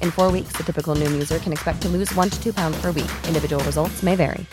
In four weeks, the typical Noom user can expect to lose one to two pounds per week. Individual results may vary.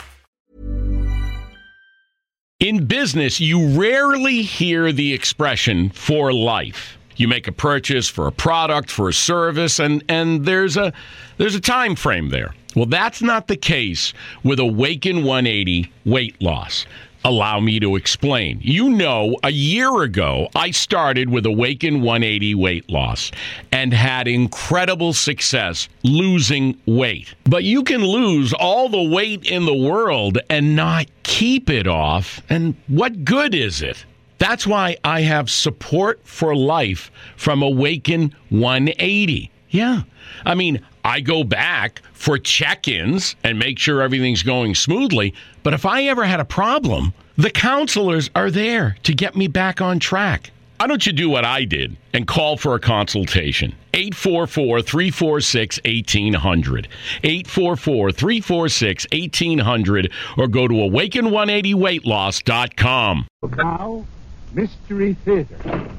In business, you rarely hear the expression for life. You make a purchase for a product, for a service, and, and there's a there's a time frame there. Well, that's not the case with Awaken 180 weight loss. Allow me to explain. You know, a year ago, I started with Awaken 180 weight loss and had incredible success losing weight. But you can lose all the weight in the world and not keep it off, and what good is it? That's why I have support for life from Awaken 180. Yeah. I mean, I go back for check ins and make sure everything's going smoothly. But if I ever had a problem, the counselors are there to get me back on track. Why don't you do what I did and call for a consultation? 844 346 1800. 844 346 1800 or go to awaken180weightloss.com. Now, Mystery Theater.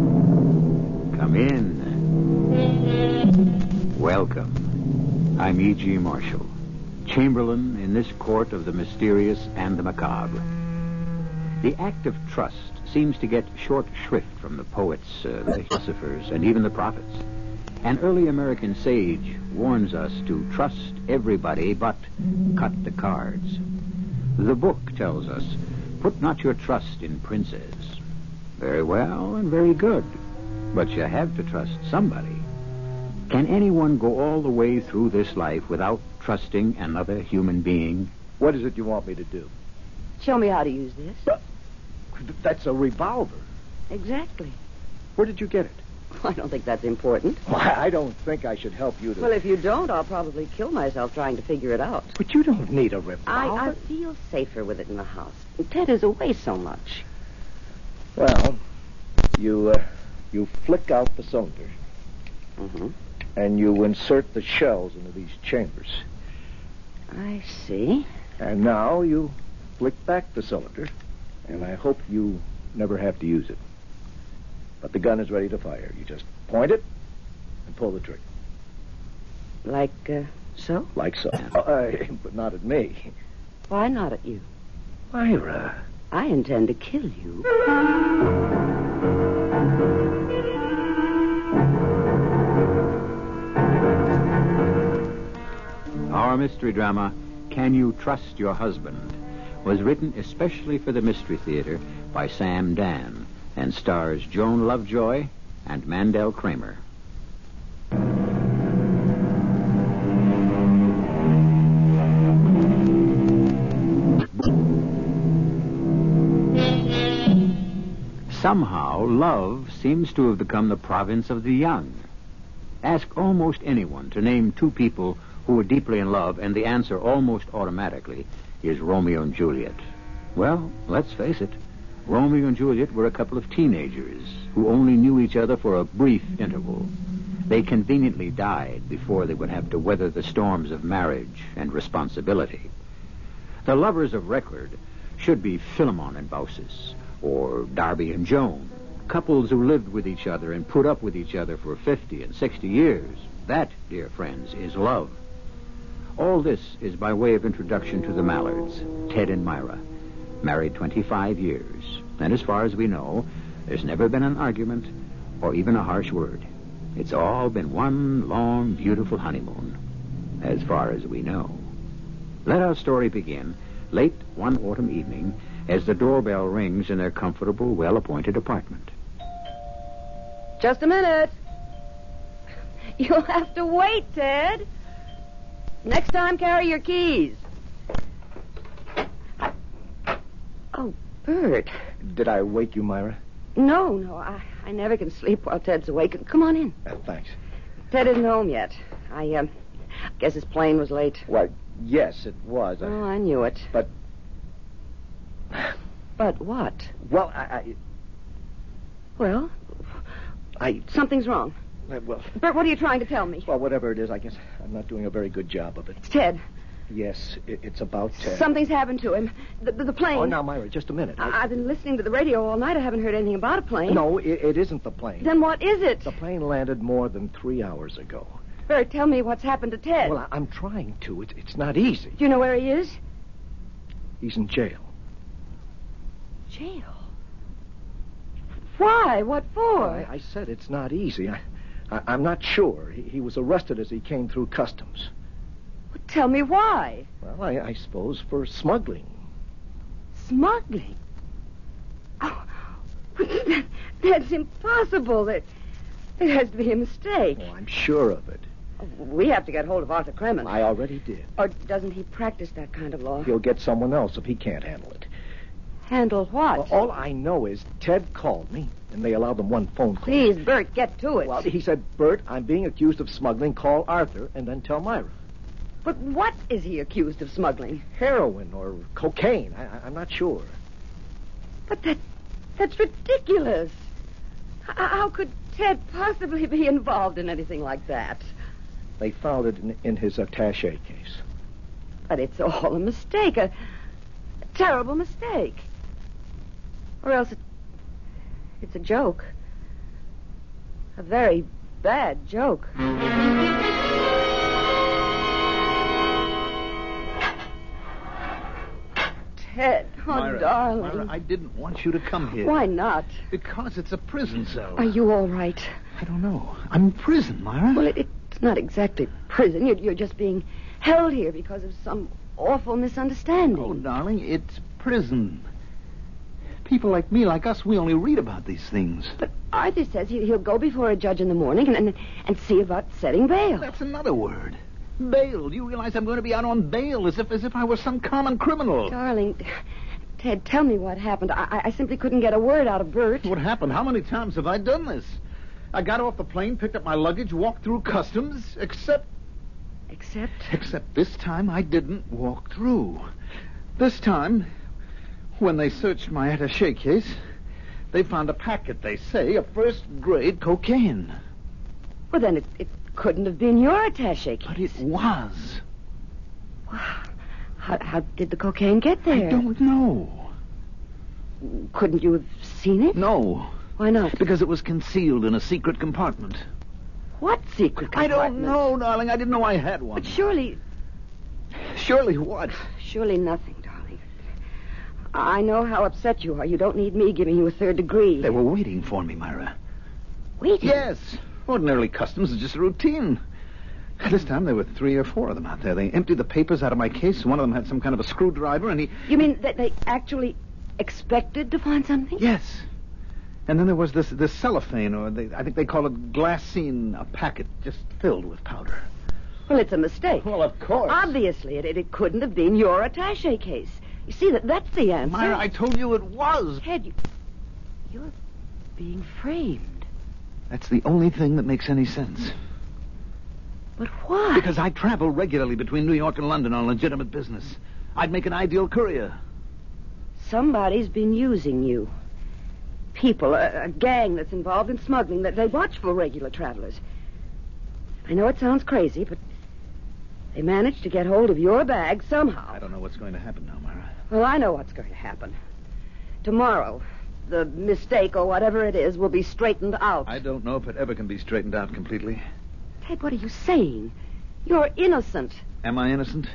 Come in. Welcome. I'm E.G. Marshall, Chamberlain in this court of the mysterious and the macabre. The act of trust seems to get short shrift from the poets, uh, the philosophers, and even the prophets. An early American sage warns us to trust everybody but cut the cards. The book tells us, put not your trust in princes. Very well and very good, but you have to trust somebody. Can anyone go all the way through this life without trusting another human being? What is it you want me to do? Show me how to use this. That's a revolver. Exactly. Where did you get it? I don't think that's important. I don't think I should help you to. Well, if you don't, I'll probably kill myself trying to figure it out. But you don't need a I, I feel safer with it in the house. Ted is away so much. Well, you uh, you flick out the cylinder, Mm-hmm. and you insert the shells into these chambers. I see. And now you flick back the cylinder, and I hope you never have to use it. But the gun is ready to fire. You just point it and pull the trigger, Like, uh, so? like so. Uh, but not at me, Why not at you? Myra. I intend to kill you. Our mystery drama, Can You Trust Your Husband, was written especially for the Mystery Theater by Sam Dan and stars Joan Lovejoy and Mandel Kramer. Somehow, love seems to have become the province of the young. Ask almost anyone to name two people who were deeply in love, and the answer almost automatically is Romeo and Juliet. Well, let's face it, Romeo and Juliet were a couple of teenagers who only knew each other for a brief interval. They conveniently died before they would have to weather the storms of marriage and responsibility. The lovers of record should be Philemon and Baucis, or Darby and Joan, couples who lived with each other and put up with each other for 50 and 60 years. That, dear friends, is love. All this is by way of introduction to the Mallards, Ted and Myra, married 25 years, and as far as we know, there's never been an argument or even a harsh word. It's all been one long, beautiful honeymoon, as far as we know. Let our story begin late one autumn evening as the doorbell rings in their comfortable, well appointed apartment. Just a minute. You'll have to wait, Ted. Next time, carry your keys. Oh, Bert. Did I wake you, Myra? No, no, I, I never can sleep while Ted's awake. Come on in. Uh, thanks. Ted isn't home yet. I um, guess his plane was late. Why, yes, it was. I- Oh, I knew it. But, But what? well, I, Well, I, I something's wrong. well, Uh, well, Bert, what are you trying to tell me? well, whatever it is, I guess I'm not doing a very good job of it. It's Ted. Yes, i it's about. Uh, Something's happened to him. The, the, the plane. Oh, now, Myra, just a minute. I, I've been listening to the radio all night. I haven't heard anything about a plane. no, it, it isn't the plane. Then what is it? The plane landed more than three hours ago. Bert, tell me what's happened to Ted. Well, I, I'm trying to. It, it's not easy. Do you know where he is? He's in jail. Jail. Why? What for? I, I said it's not easy. I, I, I'm not sure. He, he was arrested as he came through customs. Tell me why. Well, I, I suppose for smuggling. Smuggling. Oh, that, that's impossible. That it has to be a mistake. Oh, I'm sure of it. We have to get hold of Arthur Kremen. I already did. Or doesn't he practice that kind of law? He'll get someone else if he can't handle it. Handle what? Well, all I know is Ted called me, and they allowed him one phone call. Please, Bert, get to it. Well, he said, Bert, I'm being accused of smuggling. Call Arthur and then tell Myra. But what is he accused of smuggling? Heroin or cocaine. I, I- I'm not sure. But that, that's ridiculous. H- how could Ted possibly be involved in anything like that? They found it in, in his attache case. But it's all a mistake, a, a terrible mistake. Or else it, it's a joke. A very bad joke. Ted, oh, darling. Myra, I didn't want you to come here. Why not? Because it's a prison cell. Are you all right? I don't know. I'm in prison, Myra. Well, it, it's not exactly prison. You're, you're just being held here because of some awful misunderstanding. Oh, darling, it's prison. People like me, like us, we only read about these things. But Arthur says he, he'll go before a judge in the morning and, and, and see about setting bail. That's another word. Bail. Do you realize I'm going to be out on bail as if as if I were some common criminal? Darling, Ted, tell me what happened. I, I- I simply couldn't get a word out of Bert. What happened? How many times have I done this? I got off the plane, picked up my luggage, walked through customs, except Except, Except this time I didn't walk through. This time, when they searched my attache case, they found a packet, they say, of first grade cocaine. well, then it, it couldn't have been your attache case. But it was. How, how did the cocaine get there? I don't know. Couldn't you have seen it? No, Why not? because it was concealed in a secret compartment. What secret I don't compartment? know, darling. I didn't know I had one. But surely, Surely what? surely nothing, darling. I know how upset you are. You don't need me giving you a third degree. They were waiting for me, Myra. Wait. Yes. Ordinarily, customs is just routine. This time there were three or four of them out there. They emptied the papers out of my case. One of them had some kind of a screwdriver, and he. You mean that they actually expected to find something? Yes. And then there was this, this cellophane, or they, I think they call it glassine, a packet just filled with powder. Well, it's a mistake. Well, of course. Obviously, it, it, it couldn't have been your attache case. You see, that that's the answer. Myra, I told you it was. Ted, you, you're being framed. That's the only thing that makes any sense. But why? Because I travel regularly between New York and London on legitimate business. I'd make an ideal courier. Somebody's been using you. People, a, a gang that's involved in smuggling, that they watch for regular travelers. I know it sounds crazy, but they managed to get hold of your bag somehow. I don't know what's going to happen now, Myra. Well, I know what's going to happen. Tomorrow, the mistake or whatever it is will be straightened out. I don't know if it ever can be straightened out completely. Ted, what are you saying? You're innocent. Am I innocent?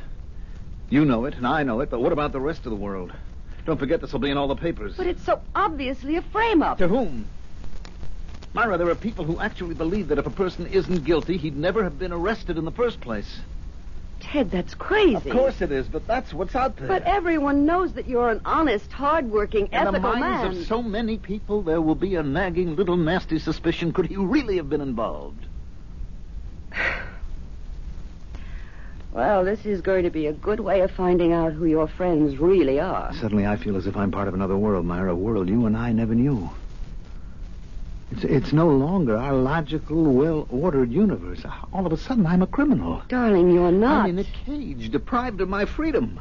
You know it, and I know it, but what about the rest of the world? Don't forget this will be in all the papers. But it's so obviously a frame up. To whom? Myra, there are people who actually believe that if a person isn't guilty, he'd never have been arrested in the first place. Ted, that's crazy. Of course it is, but that's what's out there. But everyone knows that you're an honest, hard-working, in the ethical minds man. of so many people, there will be a nagging little nasty suspicion. Could he really have been involved? Well, this is going to be a good way of finding out who your friends really are. Suddenly, I feel as if I'm part of another world, Myra, a world you and I never knew. It's, it's no longer our logical, well ordered universe. All of a sudden, I'm a criminal. Darling, you're not. I'm in a cage, deprived of my freedom.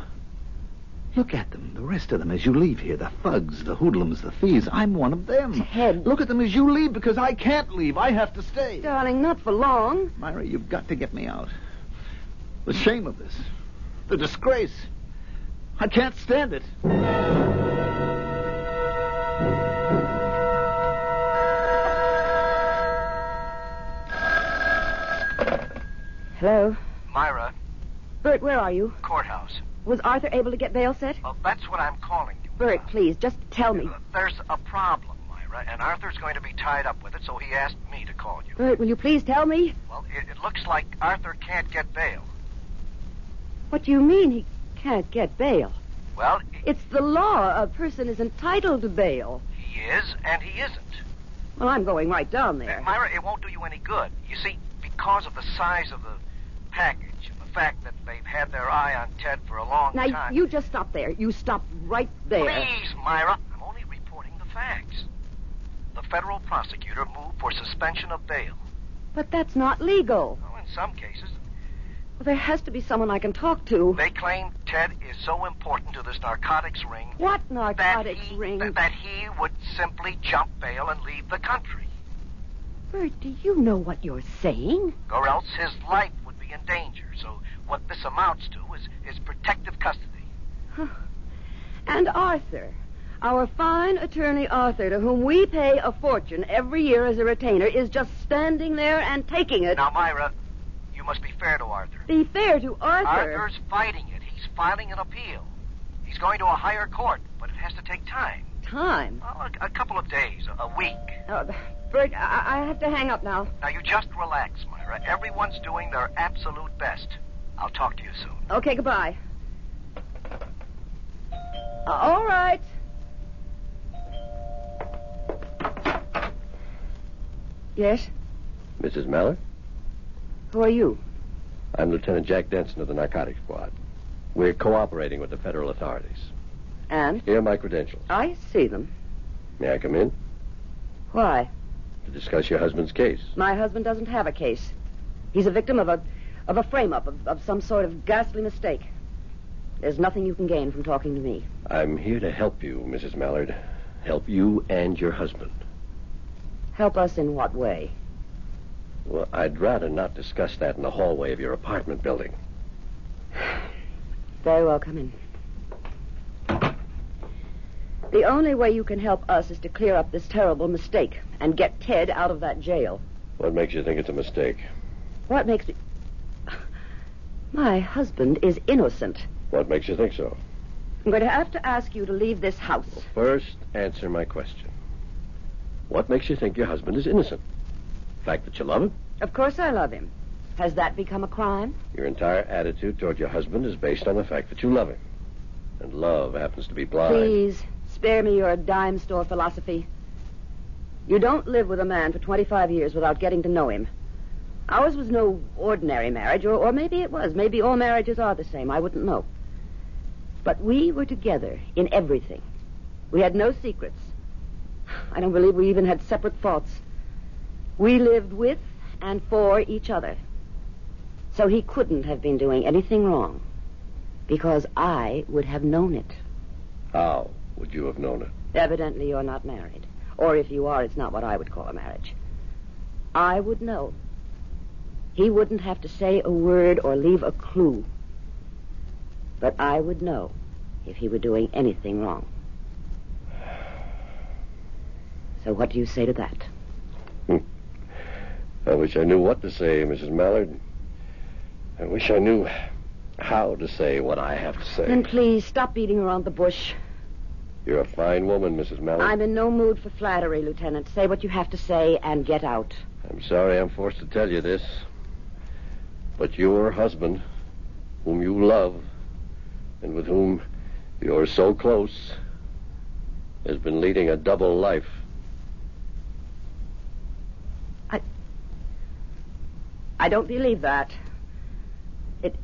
Look at them, the rest of them, as you leave here. The thugs, the hoodlums, the thieves. I'm one of them. Ted. Look at them as you leave because I can't leave. I have to stay. Darling, not for long. Myra, you've got to get me out. The shame of this, the disgrace. I can't stand it. Hello? Myra, Bert, where are you? courthouse. Was Arthur able to get bail set? Well, that's what I'm calling you. Bert, please, just tell me. There's a problem, Myra, and Arthur's going to be tied up with it, so he asked me to call you. Bert, will you please tell me? Well, it, it looks like Arthur can't get bail. What do you mean he can't get bail? Well, he- It's the law. A person is entitled to bail. he is, and he isn't. Well, I'm going right down there. Myra, it won't do you any good. You see, because of the size of the package and the fact that they've had their eye on Ted for a long Now, time. you just stop there. You stop right there. Please, Myra. I'm only reporting the facts. The federal prosecutor moved for suspension of bail. But that's not legal. Well, in some cases, There has to be someone I can talk to. They claim Ted is so important to this narcotics ring What that narcotics he, ring? that- that he would simply jump bail and leave the country, Bert, do you know what you're saying? or else his life would be in danger. So what this amounts to is, is protective custody. And Arthur, our fine attorney Arthur, to whom we pay a fortune every year as a retainer, is just standing there and taking it. Now, Myra, you must be fair to Arthur. Be fair to Arthur. Arthur's fighting it. He's filing an appeal. He's going to a higher court, but it has to take time. Time. Well, a, a couple of days, a week. Oh, Bert, I-, I have to hang up now. Now, you just relax, Myra. Everyone's doing their absolute best. I'll talk to you soon. Okay, goodbye. Uh, all right. Yes? Mrs. Mallard, Who are you? I'm Lieutenant Jack Denson of the Narcotics Squad. We're cooperating with the federal authorities. And? Here are my credentials. I see them. May I come in Why? to discuss your husband's case? My husband doesn't have a case. He's a victim of a of a frame up of, of some sort of ghastly mistake. There's nothing you can gain from talking to me. I'm here to help you, Mrs. Mallard. Help you and your husband. Help us in what way? Well, I'd rather not discuss that in the hallway of your apartment building. Very well, come in. The only way you can help us is to clear up this terrible mistake and get Ted out of that jail. What makes you think it's a mistake? What makes me My husband is innocent. What makes you think so? I'm going to have to ask you to leave this house. First, answer my question. What makes you think your husband is innocent? The fact that you love him? Of course I love him. Has that become a crime? Your entire attitude toward your husband is based on the fact that you love him. And love happens to be blind. Please, spare me your dime store philosophy. You don't live with a man for 25 years without getting to know him. Ours was no ordinary marriage, or, or maybe it was. Maybe all marriages are the same. I wouldn't know. But we were together in everything. We had no secrets. I don't believe we even had separate thoughts. We lived with and for each other. So he couldn't have been doing anything wrong because I would have known it. How would you have known it? Evidently, you're not married. Or if you are, it's not what I would call a marriage. I would know. He wouldn't have to say a word or leave a clue. But I would know if he were doing anything wrong. So, what do you say to that? I wish I knew what to say, Mrs. Mallard. I wish I knew how to say what I have to say. Then please stop beating around the bush. You're a fine woman, Mrs. Mallard. I'm in no mood for flattery, Lieutenant. Say what you have to say and get out. I'm sorry I'm forced to tell you this, but your husband, whom you love, and with whom you're so close, has been leading a double life. I don't believe that. It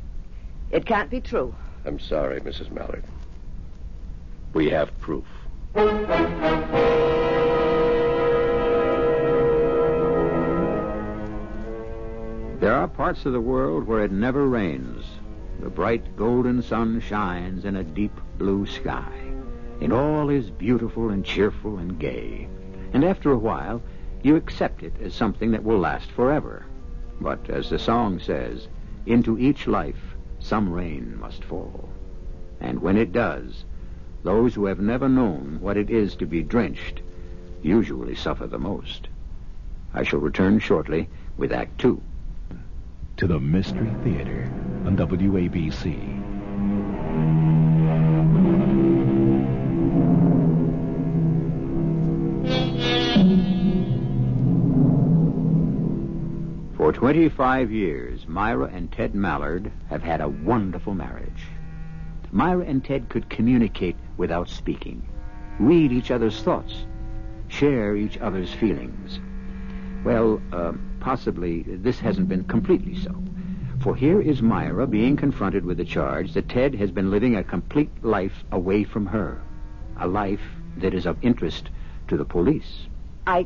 it can't be true. I'm sorry, Mrs. Mallard. We have proof. There are parts of the world where it never rains. The bright golden sun shines in a deep blue sky, and all is beautiful and cheerful and gay. And after a while, you accept it as something that will last forever. But as the song says, into each life some rain must fall. And when it does, those who have never known what it is to be drenched usually suffer the most. I shall return shortly with Act Two. to the Mystery Theater on WABC. For 25 years, Myra and Ted Mallard have had a wonderful marriage. Myra and Ted could communicate without speaking, read each other's thoughts, share each other's feelings. Well, uh, possibly this hasn't been completely so. For here is Myra being confronted with the charge that Ted has been living a complete life away from her, a life that is of interest to the police. I,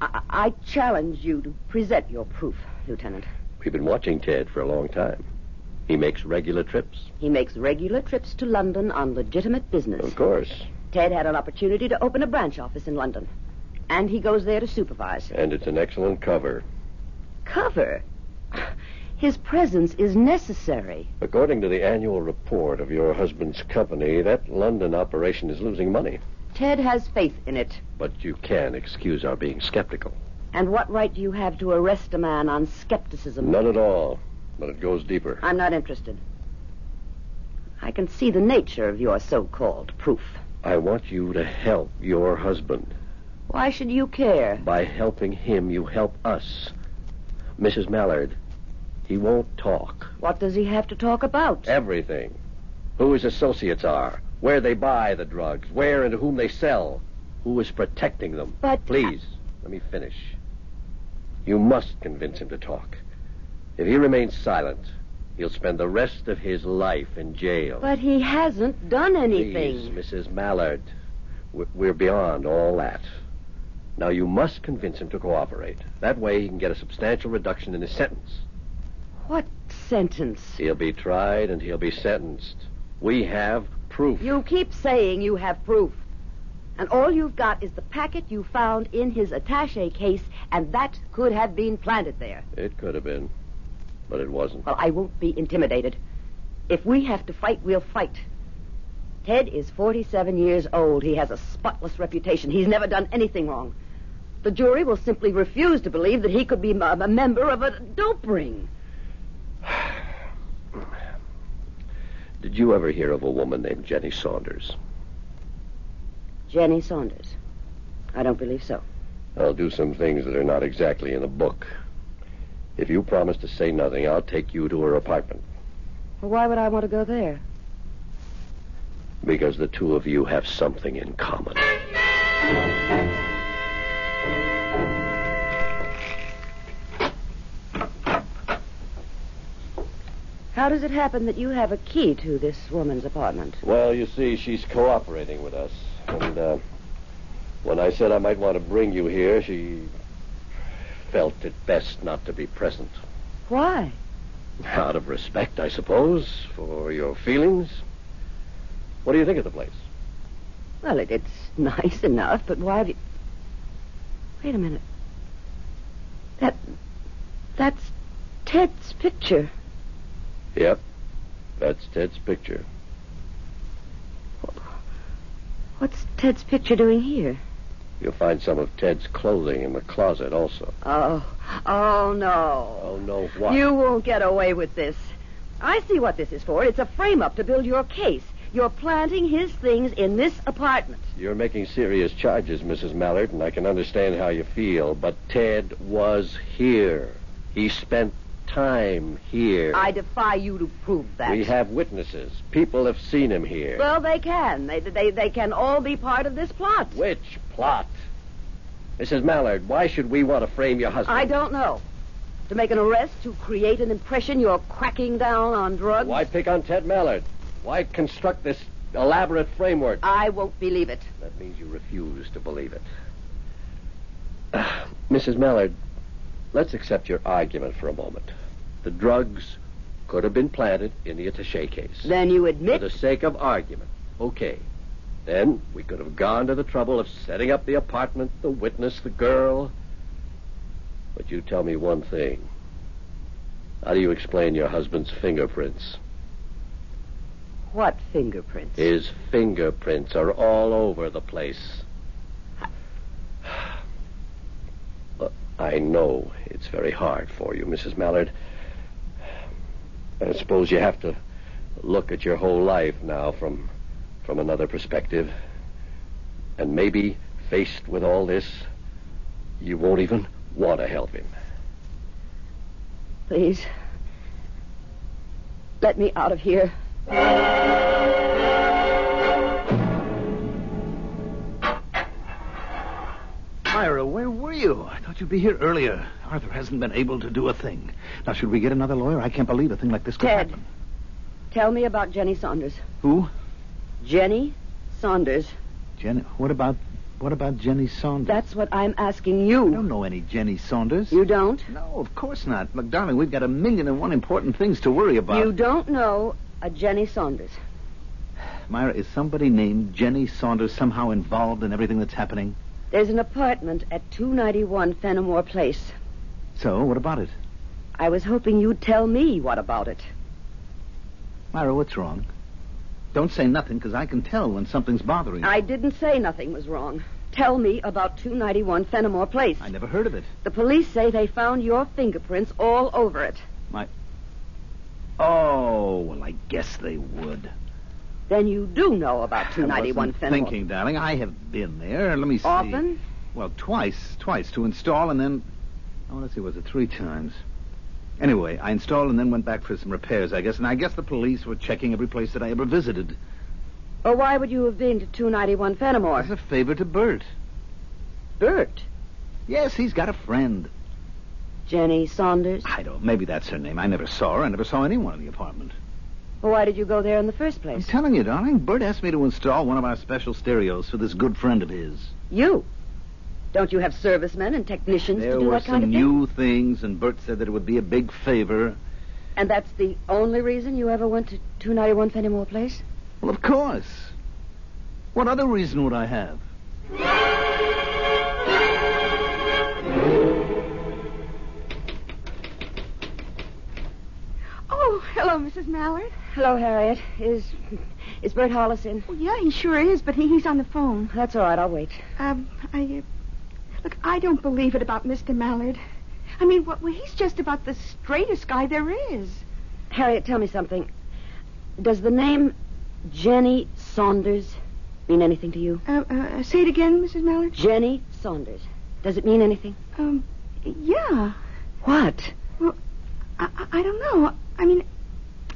I I challenge you to present your proof, Lieutenant. We've been watching Ted for a long time. He makes regular trips. He makes regular trips to London on legitimate business. Of course. Ted had an opportunity to open a branch office in London, and he goes there to supervise. And it's an excellent cover. Cover. His presence is necessary. According to the annual report of your husband's company, that London operation is losing money. Ted has faith in it. But you can excuse our being skeptical. And what right do you have to arrest a man on skepticism? None at all. But it goes deeper. I'm not interested. I can see the nature of your so-called proof. I want you to help your husband. Why should you care? By helping him, you help us. Mrs. Mallard, he won't talk. What does he have to talk about? Everything. Who his associates are, where they buy the drugs, where and to whom they sell, who is protecting them. But- Please, let me finish. You must convince him to talk. If he remains silent, he'll spend the rest of his life in jail. But he hasn't done anything. Please, Mrs. Mallard, we're, we're beyond all that. Now, you must convince him to cooperate. That way, he can get a substantial reduction in his sentence. What sentence? He'll be tried and he'll be sentenced. We have proof. You keep saying you have proof. And all you've got is the packet you found in his attache case, and that could have been planted there. It could have been, but it wasn't. Well, I won't be intimidated. If we have to fight, we'll fight. Ted is 47 years old. He has a spotless reputation. He's never done anything wrong. The jury will simply refuse to believe that he could be m- a member of a dope ring. Did you ever hear of a woman named Jenny Saunders? Jenny Saunders. I don't believe so. I'll do some things that are not exactly in the book. If you promise to say nothing, I'll take you to her apartment Why would I want to go there? because the two of you have something in common. How does it happen that you have a key to this woman's apartment? Well, you see, she's cooperating with us, and uh, When I said I might want to bring you here, she felt it best not to be present. Why? Out of respect, I suppose, for your feelings. What do you think of the place? Well, it, it's nice enough, but why have you. Wait a minute. That. That's Ted's picture. Yep. That's Ted's picture. What's Ted's picture doing here? You'll find some of Ted's clothing in the closet also. Oh, oh no. Oh, no, what? You won't get away with this. I see what this is for. It's a frame up to build your case. You're planting his things in this apartment. You're making serious charges, Mrs. Mallard, and I can understand how you feel, but Ted was here. He spent time here. I defy you to prove that. We have witnesses. People have seen him here. Well, they can. They, they, they can all be part of this plot. Which plot? Mrs. Mallard, why should we want to frame your husband? I don't know. To make an arrest, to create an impression you're cracking down on drugs. Why pick on Ted Mallard? Why construct this elaborate framework? I won't believe it. That means you refuse to believe it. Mrs. Mallard, let's accept your argument for a moment. The drugs could have been planted in the attache case. Then you admit. For the sake of argument, okay. Then we could have gone to the trouble of setting up the apartment, the witness, the girl. But you tell me one thing. How do you explain your husband's fingerprints? What fingerprints? His fingerprints are all over the place. Look, I know it's very hard for you, Mrs. Mallard. I suppose you have to look at your whole life now from from another perspective. And maybe faced with all this, you won't even want to help him. Please. Let me out of here. Myra, where were you? I thought you'd be here earlier. Arthur hasn't been able to do a thing. Now, should we get another lawyer? I can't believe a thing like this could Ted. happen. Tell me about Jenny Saunders. Who? Jenny Saunders. Jenny. What about what about Jenny Saunders? That's what I'm asking you. I don't know any Jenny Saunders. You don't? No, of course not. Look, darling, we've got a million and one important things to worry about. You don't know a Jenny Saunders. Myra, is somebody named Jenny Saunders somehow involved in everything that's happening? There's an apartment at 291 Fenimore Place. So, what about it? I was hoping you'd tell me what about it. Myra, what's wrong? Don't say nothing, because I can tell when something's bothering you. I didn't say nothing was wrong. Tell me about 291 Fenimore Place. I never heard of it. The police say they found your fingerprints all over it. My. Oh, well, I guess they would. Then you do know about I 291 wasn't Fenimore. Thinking, darling, I have been there. Let me see. Often? Well, twice, twice to install, and then oh, let's see, was it three times? Anyway, I installed and then went back for some repairs, I guess, and I guess the police were checking every place that I ever visited Or why would you have been to 291 Fenimore? as a favor to Bert. Bert. Yes, he's got a friend. Jenny Saunders. I don't. Maybe that's her name. I never saw her. I never saw anyone in the apartment. Well, why did you go there in the first I'm place? telling you, darling. Bert asked me to install one of our special stereos for this good friend of his. You. Don't you have servicemen and technicians there to do were that some kind of thing? new things, and Bert said that it would be a big favor. And that's the only reason you ever went to 291 Fenimore Place? Well, of course. What other reason would I have? Oh, hello, Mrs. Mallard. Hello, Harriet. Is is Bert Hollis in? Well, Oh, yeah, he sure is, but he, he's on the phone. That's all right. I'll wait. Um, I uh, look. I don't believe it about Mr. Mallard. I mean, what? Well, he's just about the straightest guy there is. Harriet, tell me something. Does the name Jenny Saunders mean anything to you? Uh, uh, say it again, Mrs. Mallard. Jenny Saunders. Does it mean anything? Um, yeah. What? Well, I, I- I don't know. I mean,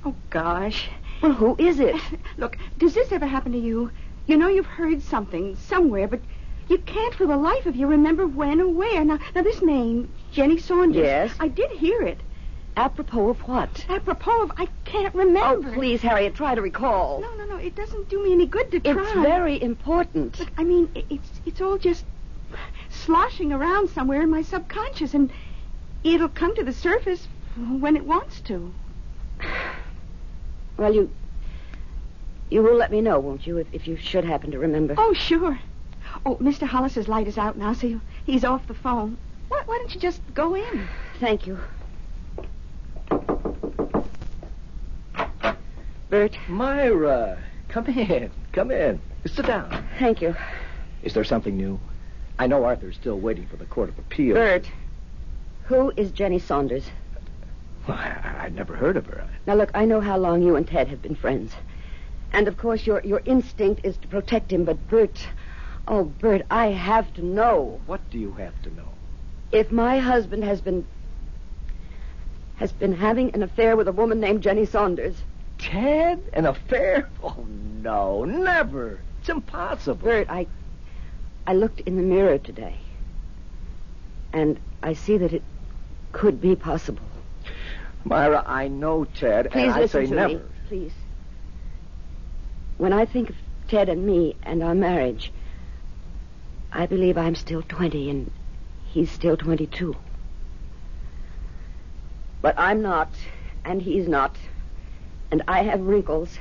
oh gosh. Well, who is it? Look, does this ever happen to you? You know you've heard something somewhere, but you can't for the life of you remember when or where. Now, now this name, Jenny Saunders. Yes. I did hear it. Apropos of what? Apropos of, I can't remember. Oh, please, Harriet, try to recall. No, no, no. It doesn't do me any good to try. It's very important. Look, I mean, i- it's it's all just sloshing around somewhere in my subconscious, and it'll come to the surface when it wants to. Well, you. You will let me know, won't you, if, if you should happen to remember? Oh, sure. Oh, Mr. Hollis's light is out now, so you- he's off the phone. Why, why don't you just go in? Thank you. Bert. Myra, come in. Come in. Sit down. Thank you. Is there something new? I know Arthur's still waiting for the Court of Appeal. Bert. Who is Jenny Saunders? Well, I, I'd never heard of her. Now, look, I know how long you and Ted have been friends. And, of course, your, your instinct is to protect him, but, Bert. Oh, Bert, I have to know. What do you have to know? If my husband has been. has been having an affair with a woman named Jenny Saunders. Ted? An affair? Oh, no, never. It's impossible. Bert, I. I looked in the mirror today. And I see that it could be possible. Myra, I know Ted, Please and I listen say to never. me. Please. When I think of Ted and me and our marriage, I believe I'm still 20 and he's still 22. But I'm not, and he's not, and I have wrinkles,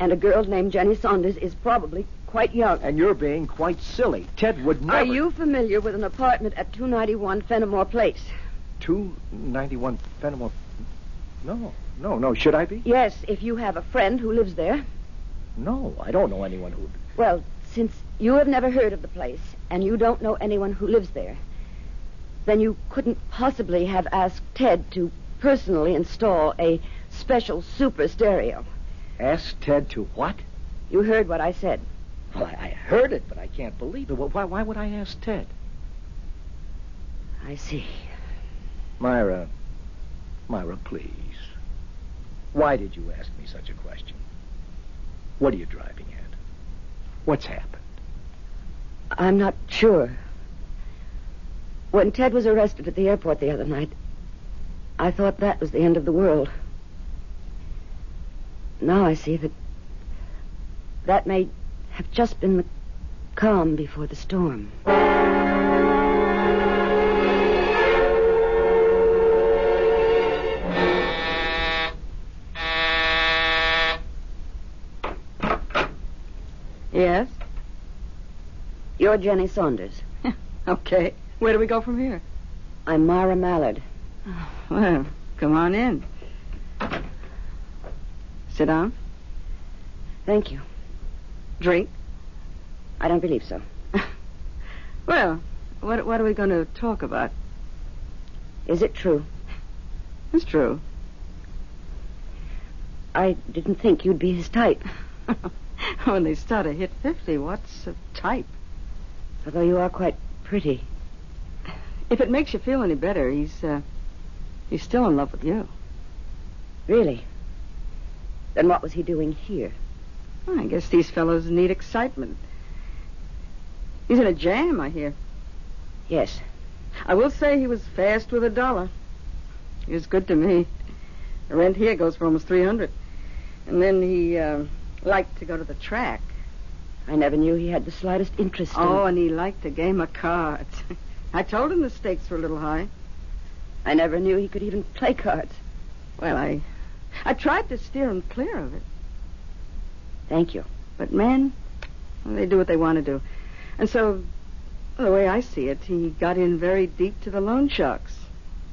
and a girl named Jenny Saunders is probably quite young. And you're being quite silly. Ted would never. Are you familiar with an apartment at 291 Fenimore Place? 291 Fenimore. No, no, no. Should I be? Yes, if you have a friend who lives there. No, I don't know anyone who. Well, since you have never heard of the place and you don't know anyone who lives there, then you couldn't possibly have asked Ted to personally install a special super stereo. Ask Ted to what? You heard what I said. Well, I, I heard it, but I can't believe it. Well, why, why would I ask Ted? I see. Myra. Myra, please. Why did you ask me such a question? What are you driving at? What's happened? I'm not sure. When Ted was arrested at the airport the other night, I thought that was the end of the world. Now I see that that may have just been the calm before the storm. Yes? You're Jenny Saunders. Okay. Where do we go from here? I'm Myra Mallard. Oh. Well, come on in. Sit down. Thank you. Drink. I don't believe so. Well, what, what are we going to talk about? Is it true? It's true. I didn't think you'd be his type. when they start to hit 50, what's a type? Although you are quite pretty. If it makes you feel any better, he's, uh, he's still in love with you. Really? Then what was he doing here? I guess these fellows need excitement. He's in a jam, I hear. Yes. I will say he was fast with a dollar. He was good to me. The rent here goes for almost 300. And then he uh, liked to go to the track. I never knew he had the slightest interest in. Oh, and he liked a game of cards. I told him the stakes were a little high. I never knew he could even play cards. Well, I I tried to steer him clear of it. Thank you. But men, well, they do what they want to do. And so, the way I see it, he got in very deep to the loan sharks.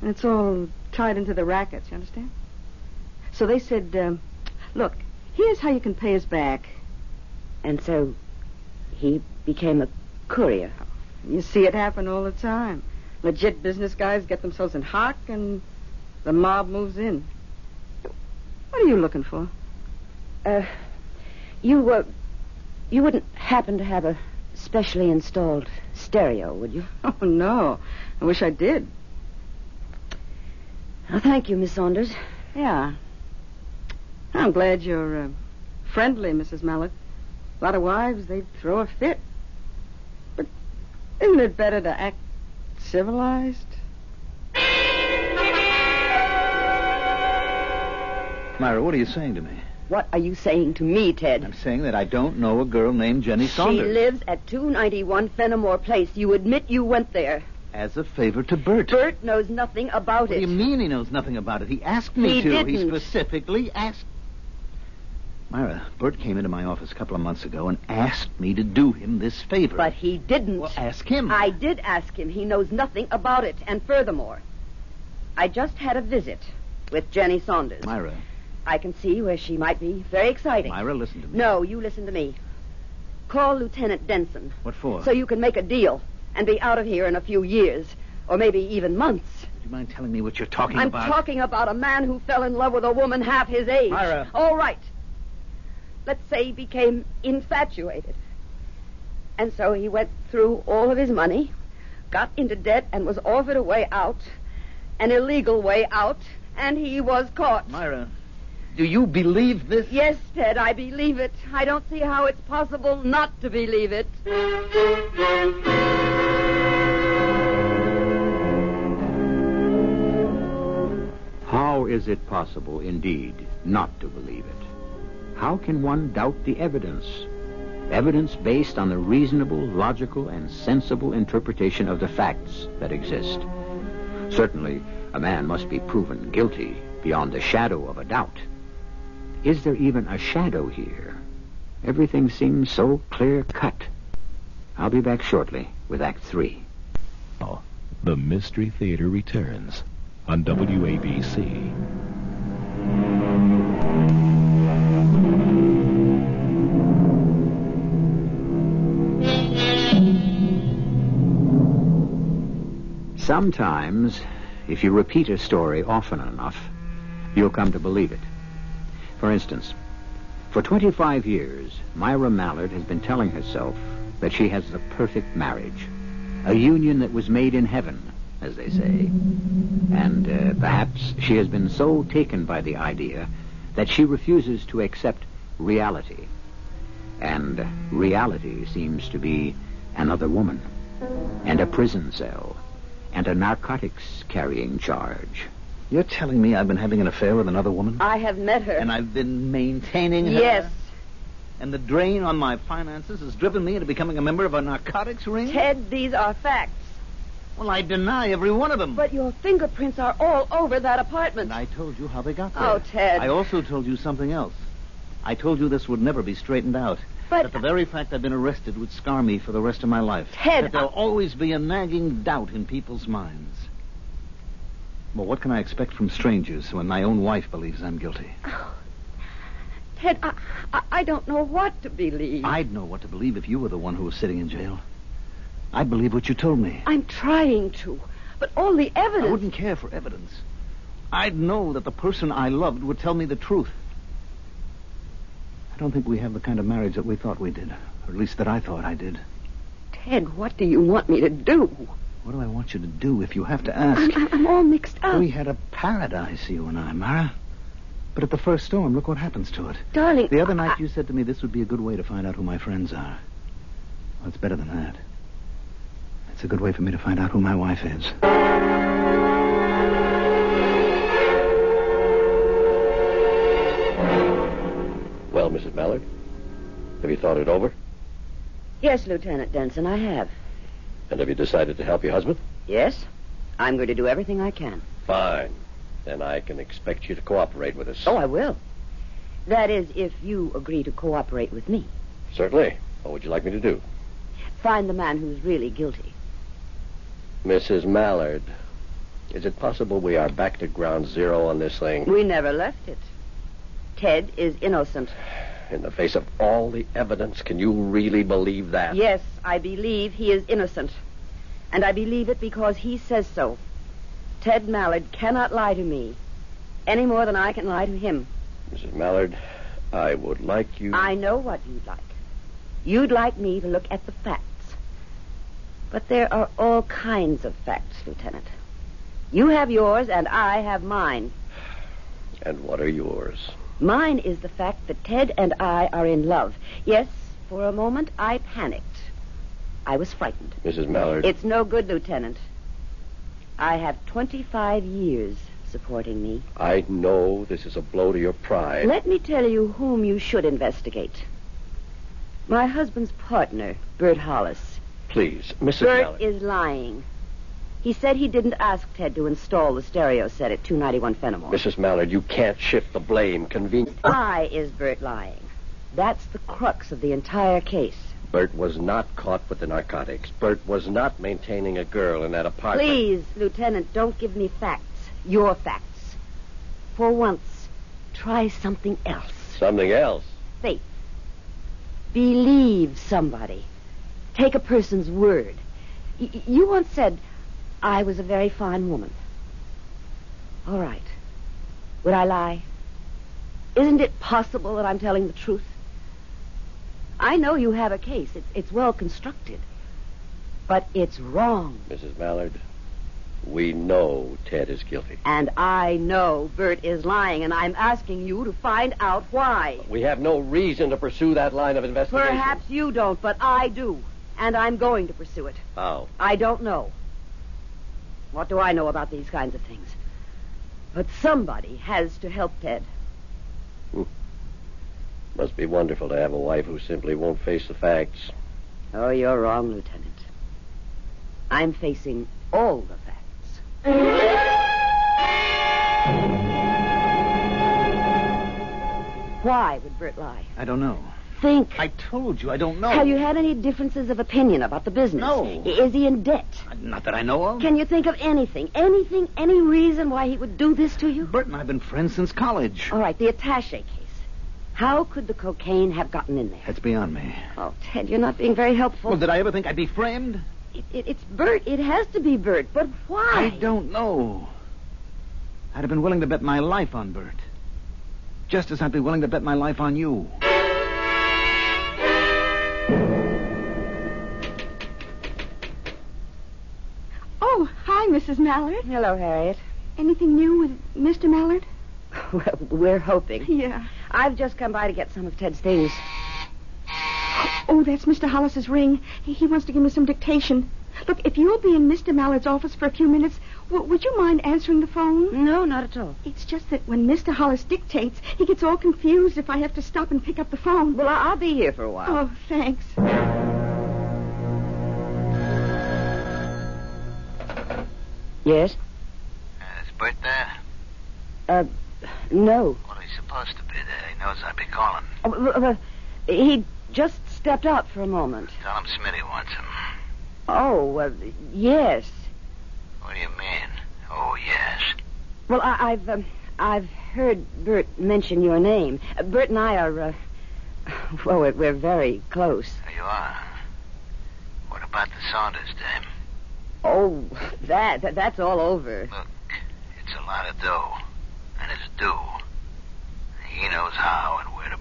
And it's all tied into the rackets, you understand? So they said, um, look, here's how you can pay us back. And so he became a courier. You see it happen all the time. Legit business guys get themselves in hock, and the mob moves in. What are you looking for? Uh, you, uh, you wouldn't happen to have a specially installed stereo, would you? Oh, no. I wish I did. Well, Oh, thank you, Miss Saunders. Yeah. I'm glad you're uh, friendly, Mrs. Mallet. A lot of wives, they'd throw a fit. But isn't it better to act civilized? Myra, what are you saying to me? What are you saying to me, Ted? I'm saying that I don't know a girl named Jenny She Saunders. lives at 291 Fenimore Place. You admit you went there. As a favor to Bert. Bert knows nothing about What do it. you mean he knows nothing about it? He asked me He to. He didn't. specifically asked. Myra, Bert came into my office a couple of months ago and asked me to do him this favor. But he didn't. Well, ask him. I did ask him. He knows nothing about it. And furthermore, I just had a visit with Jenny Saunders. Myra, I can see where she might be. Very exciting. Myra, listen to me. No, you listen to me. Call Lieutenant Denson What for? so you can make a deal and be out of here in a few years, or maybe even months. Would you mind telling me what you're talking I'm about? talking about a man who fell in love with a woman half his age. Myra. All right. Let's say he became infatuated. And so he went through all of his money, got into debt, and was offered a way out, an illegal way out, and he was caught. Myra, do you believe this? Yes, Ted, I believe it. I don't see how it's possible not to believe it. How is it possible, indeed, not to believe it? How can one doubt the evidence? Evidence based on the reasonable, logical, and sensible interpretation of the facts that exist. Certainly, a man must be proven guilty beyond the shadow of a doubt. Is there even a shadow here? Everything seems so clear cut. I'll be back shortly with Act Three. The Mystery Theater returns on WABC. Sometimes, if you repeat a story often enough, you'll come to believe it. For instance, for 25 years, Myra Mallard has been telling herself that she has the perfect marriage, a union that was made in heaven, as they say. And uh, perhaps she has been so taken by the idea that she refuses to accept reality. And reality seems to be another woman, and a prison cell, and a narcotics carrying charge. You're telling me I've been having an affair with another woman? I have met her. And I've been maintaining her? Yes. And the drain on my finances has driven me into becoming a member of a narcotics ring? Ted, these are facts. Well, I deny every one of them. But your fingerprints are all over that apartment. And I told you how they got there. Oh, Ted. I also told you something else. I told you this would never be straightened out. But- that the very fact I've been arrested would scar me for the rest of my life. Ted, That there'll I- always be a nagging doubt in people's minds. Well, what can I expect from strangers when my own wife believes I'm guilty? Oh. Ted, I, I, I don't know what to believe. I'd know what to believe if you were the one who was sitting in jail. I believe what you told me. I'm trying to, but all the I evidence. wouldn't care for evidence. I'd know that the person I loved would tell me the truth. I don't think we have the kind of marriage that we thought we did, or at least that I thought I did. Ted, what do you want me to do? What do I want you to do if you have to ask? I'm, I'm- I'm all mixed up. We had a paradise, you and I, Mara. But at the first storm, look what happens to it. Darling. The other I- night you said to me this would be a good way to find out who my friends are. Well, it's better than that. It's a good way for me to find out who my wife is. Well, Mrs. Mallard, have you thought it over? Yes, Lieutenant Denson, I have. And have you decided to help your husband? Yes? I'm going to do everything I can. Fine. Then I can expect you to cooperate with us. Oh, I will. That is, if you agree to cooperate with me. Certainly. What would you like me to do? Find the man who's really guilty. Mrs. Mallard, is it possible we are back to ground zero on this thing? We never left it. Ted is innocent. In the face of all the evidence, can you really believe that? Yes, I believe he is innocent. And I believe it because he says so. Ted Mallard cannot lie to me any more than I can lie to him. Mrs. Mallard, I would like you. I know what you'd like. You'd like me to look at the facts. But there are all kinds of facts, Lieutenant. You have yours, and I have mine. And what are yours? Mine is the fact that Ted and I are in love. Yes, for a moment I panicked. I was frightened. Mrs. Mallard. It's no good, Lieutenant. I have 25 years supporting me. I know this is a blow to your pride. Let me tell you whom you should investigate. My husband's partner, Bert Hollis. Please, Mrs. Bert Mallett. is lying. He said he didn't ask Ted to install the stereo set at 291 Fenimore. Mrs. Mallard, you can't shift the blame. Convenient. Why is Bert lying? That's the crux of the entire case. Bert was not caught with the narcotics. Bert was not maintaining a girl in that apartment. Please, Lieutenant, don't give me facts. Your facts. For once, try something else. Something else. Faith. Believe somebody. Take a person's word. Y- y- you once said, I was a very fine woman. All right. Would I lie? Isn't it possible that I'm telling the truth? I know you have a case. It's, it's well constructed. But it's wrong. Mrs. Mallard, we know Ted is guilty. And I know Bert is lying, and I'm asking you to find out why. We have no reason to pursue that line of investigation. Perhaps you don't, but I do. And I'm going to pursue it. How? I don't know. What do I know about these kinds of things? But somebody has to help Ted. Must be wonderful to have a wife who simply won't face the facts. Oh, you're wrong, Lieutenant. I'm facing all the facts. Why would Bert lie? I don't know. Think. I told you I don't know. Have you had any differences of opinion about the business? No. Is he in debt? Not that I know of. Can you think of anything, anything, any reason why he would do this to you? Bert and I've been friends since college. All right, the attache case. How could the cocaine have gotten in there? That's beyond me. Oh, Ted, you're not being very helpful. Well, did I ever think I'd be framed? It, it, it's Bert. It has to be Bert. But I why? don't know. I'd have been willing to bet my life on Bert. Just as I'd be willing to bet my life on you. Oh, hi, Mrs. Mallard. Hello, Harriet. Anything new with Mr. Mallard? Well, we're hoping. Yeah. I've just come by to get some of Ted's things. Oh, that's Mr. Hollis's ring. He, he wants to give me some dictation. Look, if you'll be in Mr. Mallard's office for a few minutes, w- would you mind answering the phone? No, not at all. It's just that when Mr. Hollis dictates, he gets all confused if I have to stop and pick up the phone. Well, I- I'll be here for a while. Oh, thanks. Yes? Uh, is Bert there? Uh, no. Well, he's supposed to be there. He knows I'd be calling. Uh, uh, he just stepped out for a moment. Tell him Smitty wants him. Oh, uh, yes. What do you mean? Oh, yes. Well, I, I've um, I've heard Bert mention your name. Uh, Bert and I are, uh, well, we're, we're very close. There you are. What about the Saunders dame? Oh, that, that that's all over. Look, it's a lot of dough, and it's due. He knows how and where to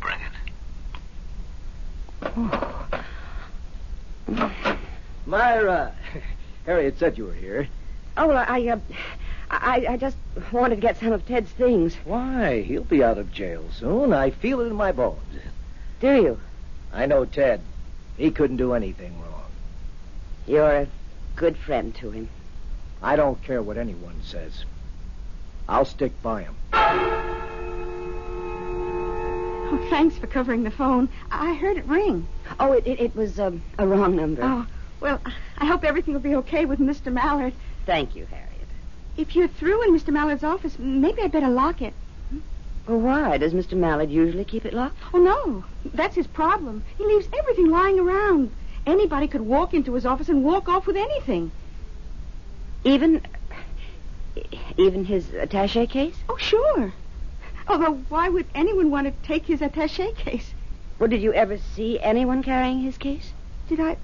bring it. oh. Myra! Harriet said you were here. Oh, well, I uh, I I just wanted to get some of Ted's things. Why? He'll be out of jail soon. I feel it in my bones. Do you? I know Ted. He couldn't do anything wrong. You're a good friend to him. I don't care what anyone says. I'll stick by him. Oh, thanks for covering the phone. I I heard it ring. Oh, it it, it was um, a wrong number. Oh, well, I hope everything will be okay with Mr. Mallard. Thank you, Harriet. If you're through in Mr. Mallard's office, maybe I'd better lock it. Well, why does Mr. Mallard usually keep it locked? Oh, no. That's his problem. He leaves everything lying around. Anybody could walk into his office and walk off with anything. Even even his attaché case? Oh, sure. Although, why would anyone want to take his attache case? Well, did you ever see anyone carrying his case? Did I.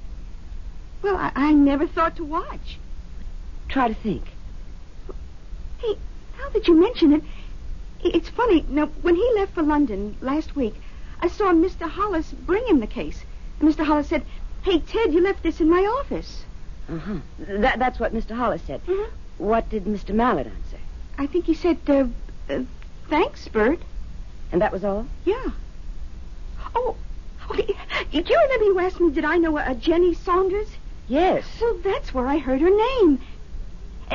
Well, I, I never thought to watch. Try to think. Hey, now that you mention it, i- it's funny. Now, when he left for London last week, I saw Mr. Hollis bring him the case. And Mr. Hollis said, Hey, Ted, you left this in my office. Uh-huh. That, that's what Mr. Hollis said. Mhm. What did Mr. Mallard answer? I think he said, uh, uh, Thanks, Bert. And that was all? Yeah. Oh, oh, do you remember you asked me, did I know a, a Jenny Saunders? Yes. Well, that's where I heard her name.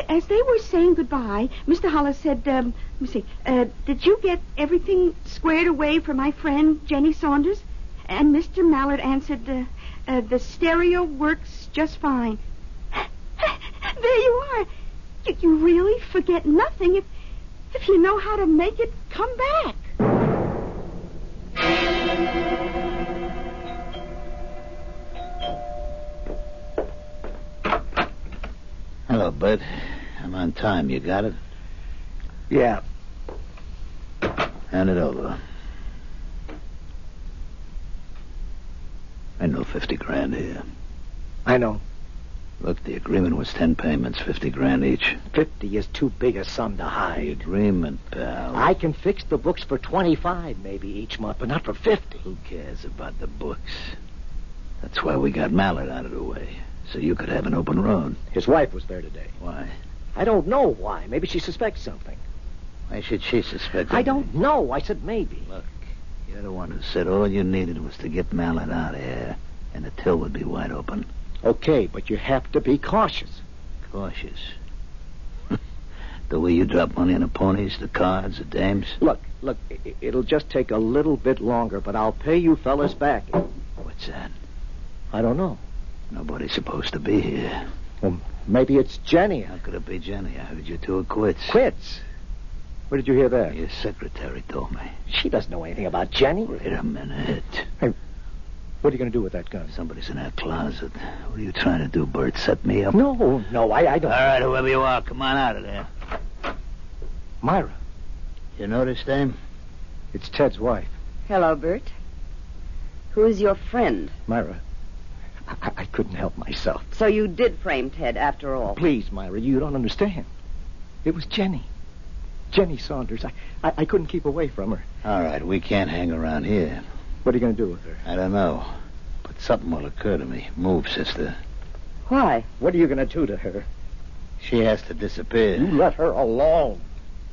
As they were saying goodbye, Mr. Hollis said, um, let me see, uh, did you get everything squared away for my friend Jenny Saunders? And Mr. Mallard answered, uh, uh, the stereo works just fine. there you are. You, you really forget nothing if, if you know how to make it come back. Hello, Bert. I'm on time. You got it? Yeah. Hand it over. I know 50 grand here. I know. Look, the agreement was 10 payments, 50 grand each. 50 is too big a sum to hide. Agreement, pal. I can fix the books for 25 maybe each month, but not for 50. Who cares about the books? That's why we got Mallard out of the way. So you could have an open road. His wife was there today. Why? I don't know why. Maybe she suspects something. Why should she suspect? I don't know. I said maybe. Look, you're the one who said all you needed was to get Mallard out of here, and the till would be wide open. Okay, but you have to be cautious. Cautious. the way you drop money on the ponies, the cards, the dames. Look, look, i- it'll just take a little bit longer, but I'll pay you fellas back. What's that? I don't know. Nobody's supposed to be here. Well, maybe it's Jenny. How could it be Jenny? I heard you two are quits. Quits. Where did you hear that? Your secretary told me. She doesn't know anything about Jenny. Wait a minute. What are you going to do with that gun? Somebody's in that closet. What are you trying to do, Bert? Set me up? No, no, I, I All don't. right, whoever you are, come on out of there. Myra, You notice, Dame? it's Ted's wife. Hello, Bert. Who is your friend? Myra, I, I couldn't help myself. So you did frame Ted after all. Please, Myra, you don't understand. It was Jenny. Jenny Saunders. I, I, I couldn't keep away from her. All right, we can't hang around here. What are you going to do with her? I don't know. But something will occur to me. Move, sister. Why? What are you going to do to her? She has to disappear. You let her alone.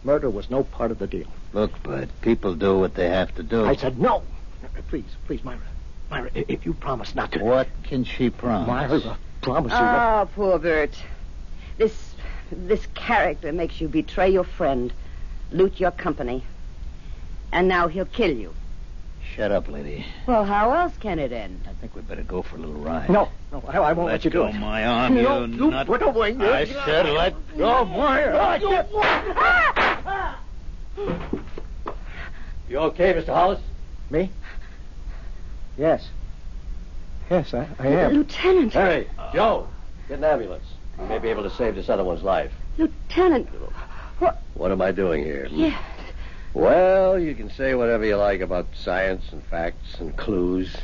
Murder was no part of the deal. Look, Bert, people do what they have to do. I said no. Please, please, Myra. Myra, i- if you promise not to. What can she promise? Myra, promise you. what- Ah, poor Bert. This this character makes you betray your friend, loot your company, and now he'll kill you. Shut up, lady. Well, how else can it end? I think we better go for a little ride. No, no, I, I won't let, let you do go it. my arm, No, you you nut. put away your- I said let go, Moira. You okay, Mr. Hollis? Me? Yes. Yes, I, I am. Lieutenant, Harry, Joe, get an ambulance. We may be able to save this other one's life. Lieutenant, What am I doing here? hmm? yes. Well, you can say whatever you like about science and facts and clues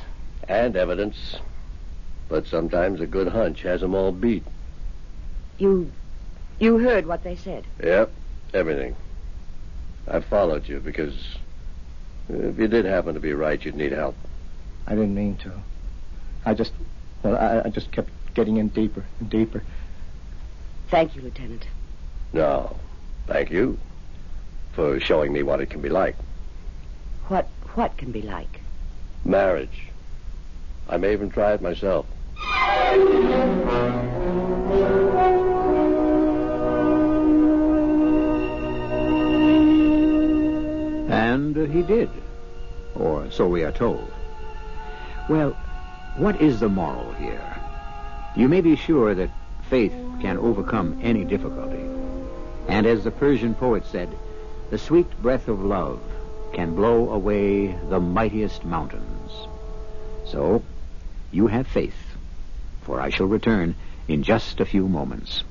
and evidence, but sometimes a good hunch has 'em all beat. You you heard what they said. Yep, everything. I followed you because if you did happen to be right, you'd need help. I didn't mean to. I just, well, I, I just kept getting in deeper and deeper. Thank you, Lieutenant. No, thank you for showing me what it can be like. What what can be like? Marriage. I may even try it myself. And uh, he did. Or so we are told. Well, what is the moral here? You may be sure that faith can overcome any difficulty. And as the Persian poet said, the sweet breath of love can blow away the mightiest mountains. So, you have faith, for I shall return in just a few moments.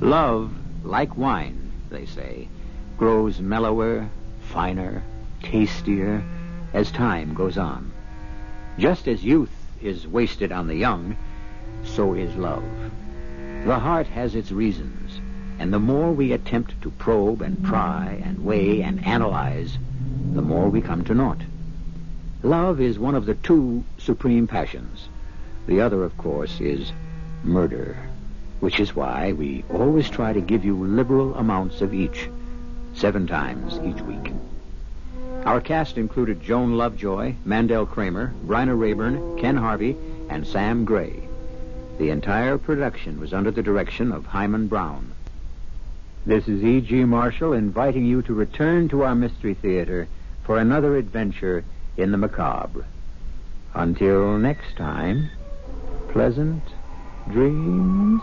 Love, like wine, they say, grows mellower, finer, tastier as time goes on. Just as youth is wasted on the young, so is love. The heart has its reasons, and the more we attempt to probe and pry and weigh and analyze, the more we come to naught. Love is one of the two supreme passions. The other, of course, is murder which is why we always try to give you liberal amounts of each, seven times each week. Our cast included Joan Lovejoy, Mandel Kramer, Bryna Rayburn, Ken Harvey, and Sam Gray. The entire production was under the direction of Hyman Brown. This is E.G. Marshall inviting you to return to our Mystery Theater for another adventure in the macabre. Until next time, pleasant dreams.